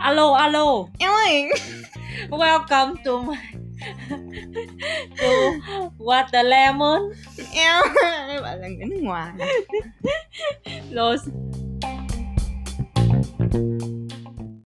alo alo Em ơi welcome to my to Waterlemon Em Em bảo là người nước ngoài rồi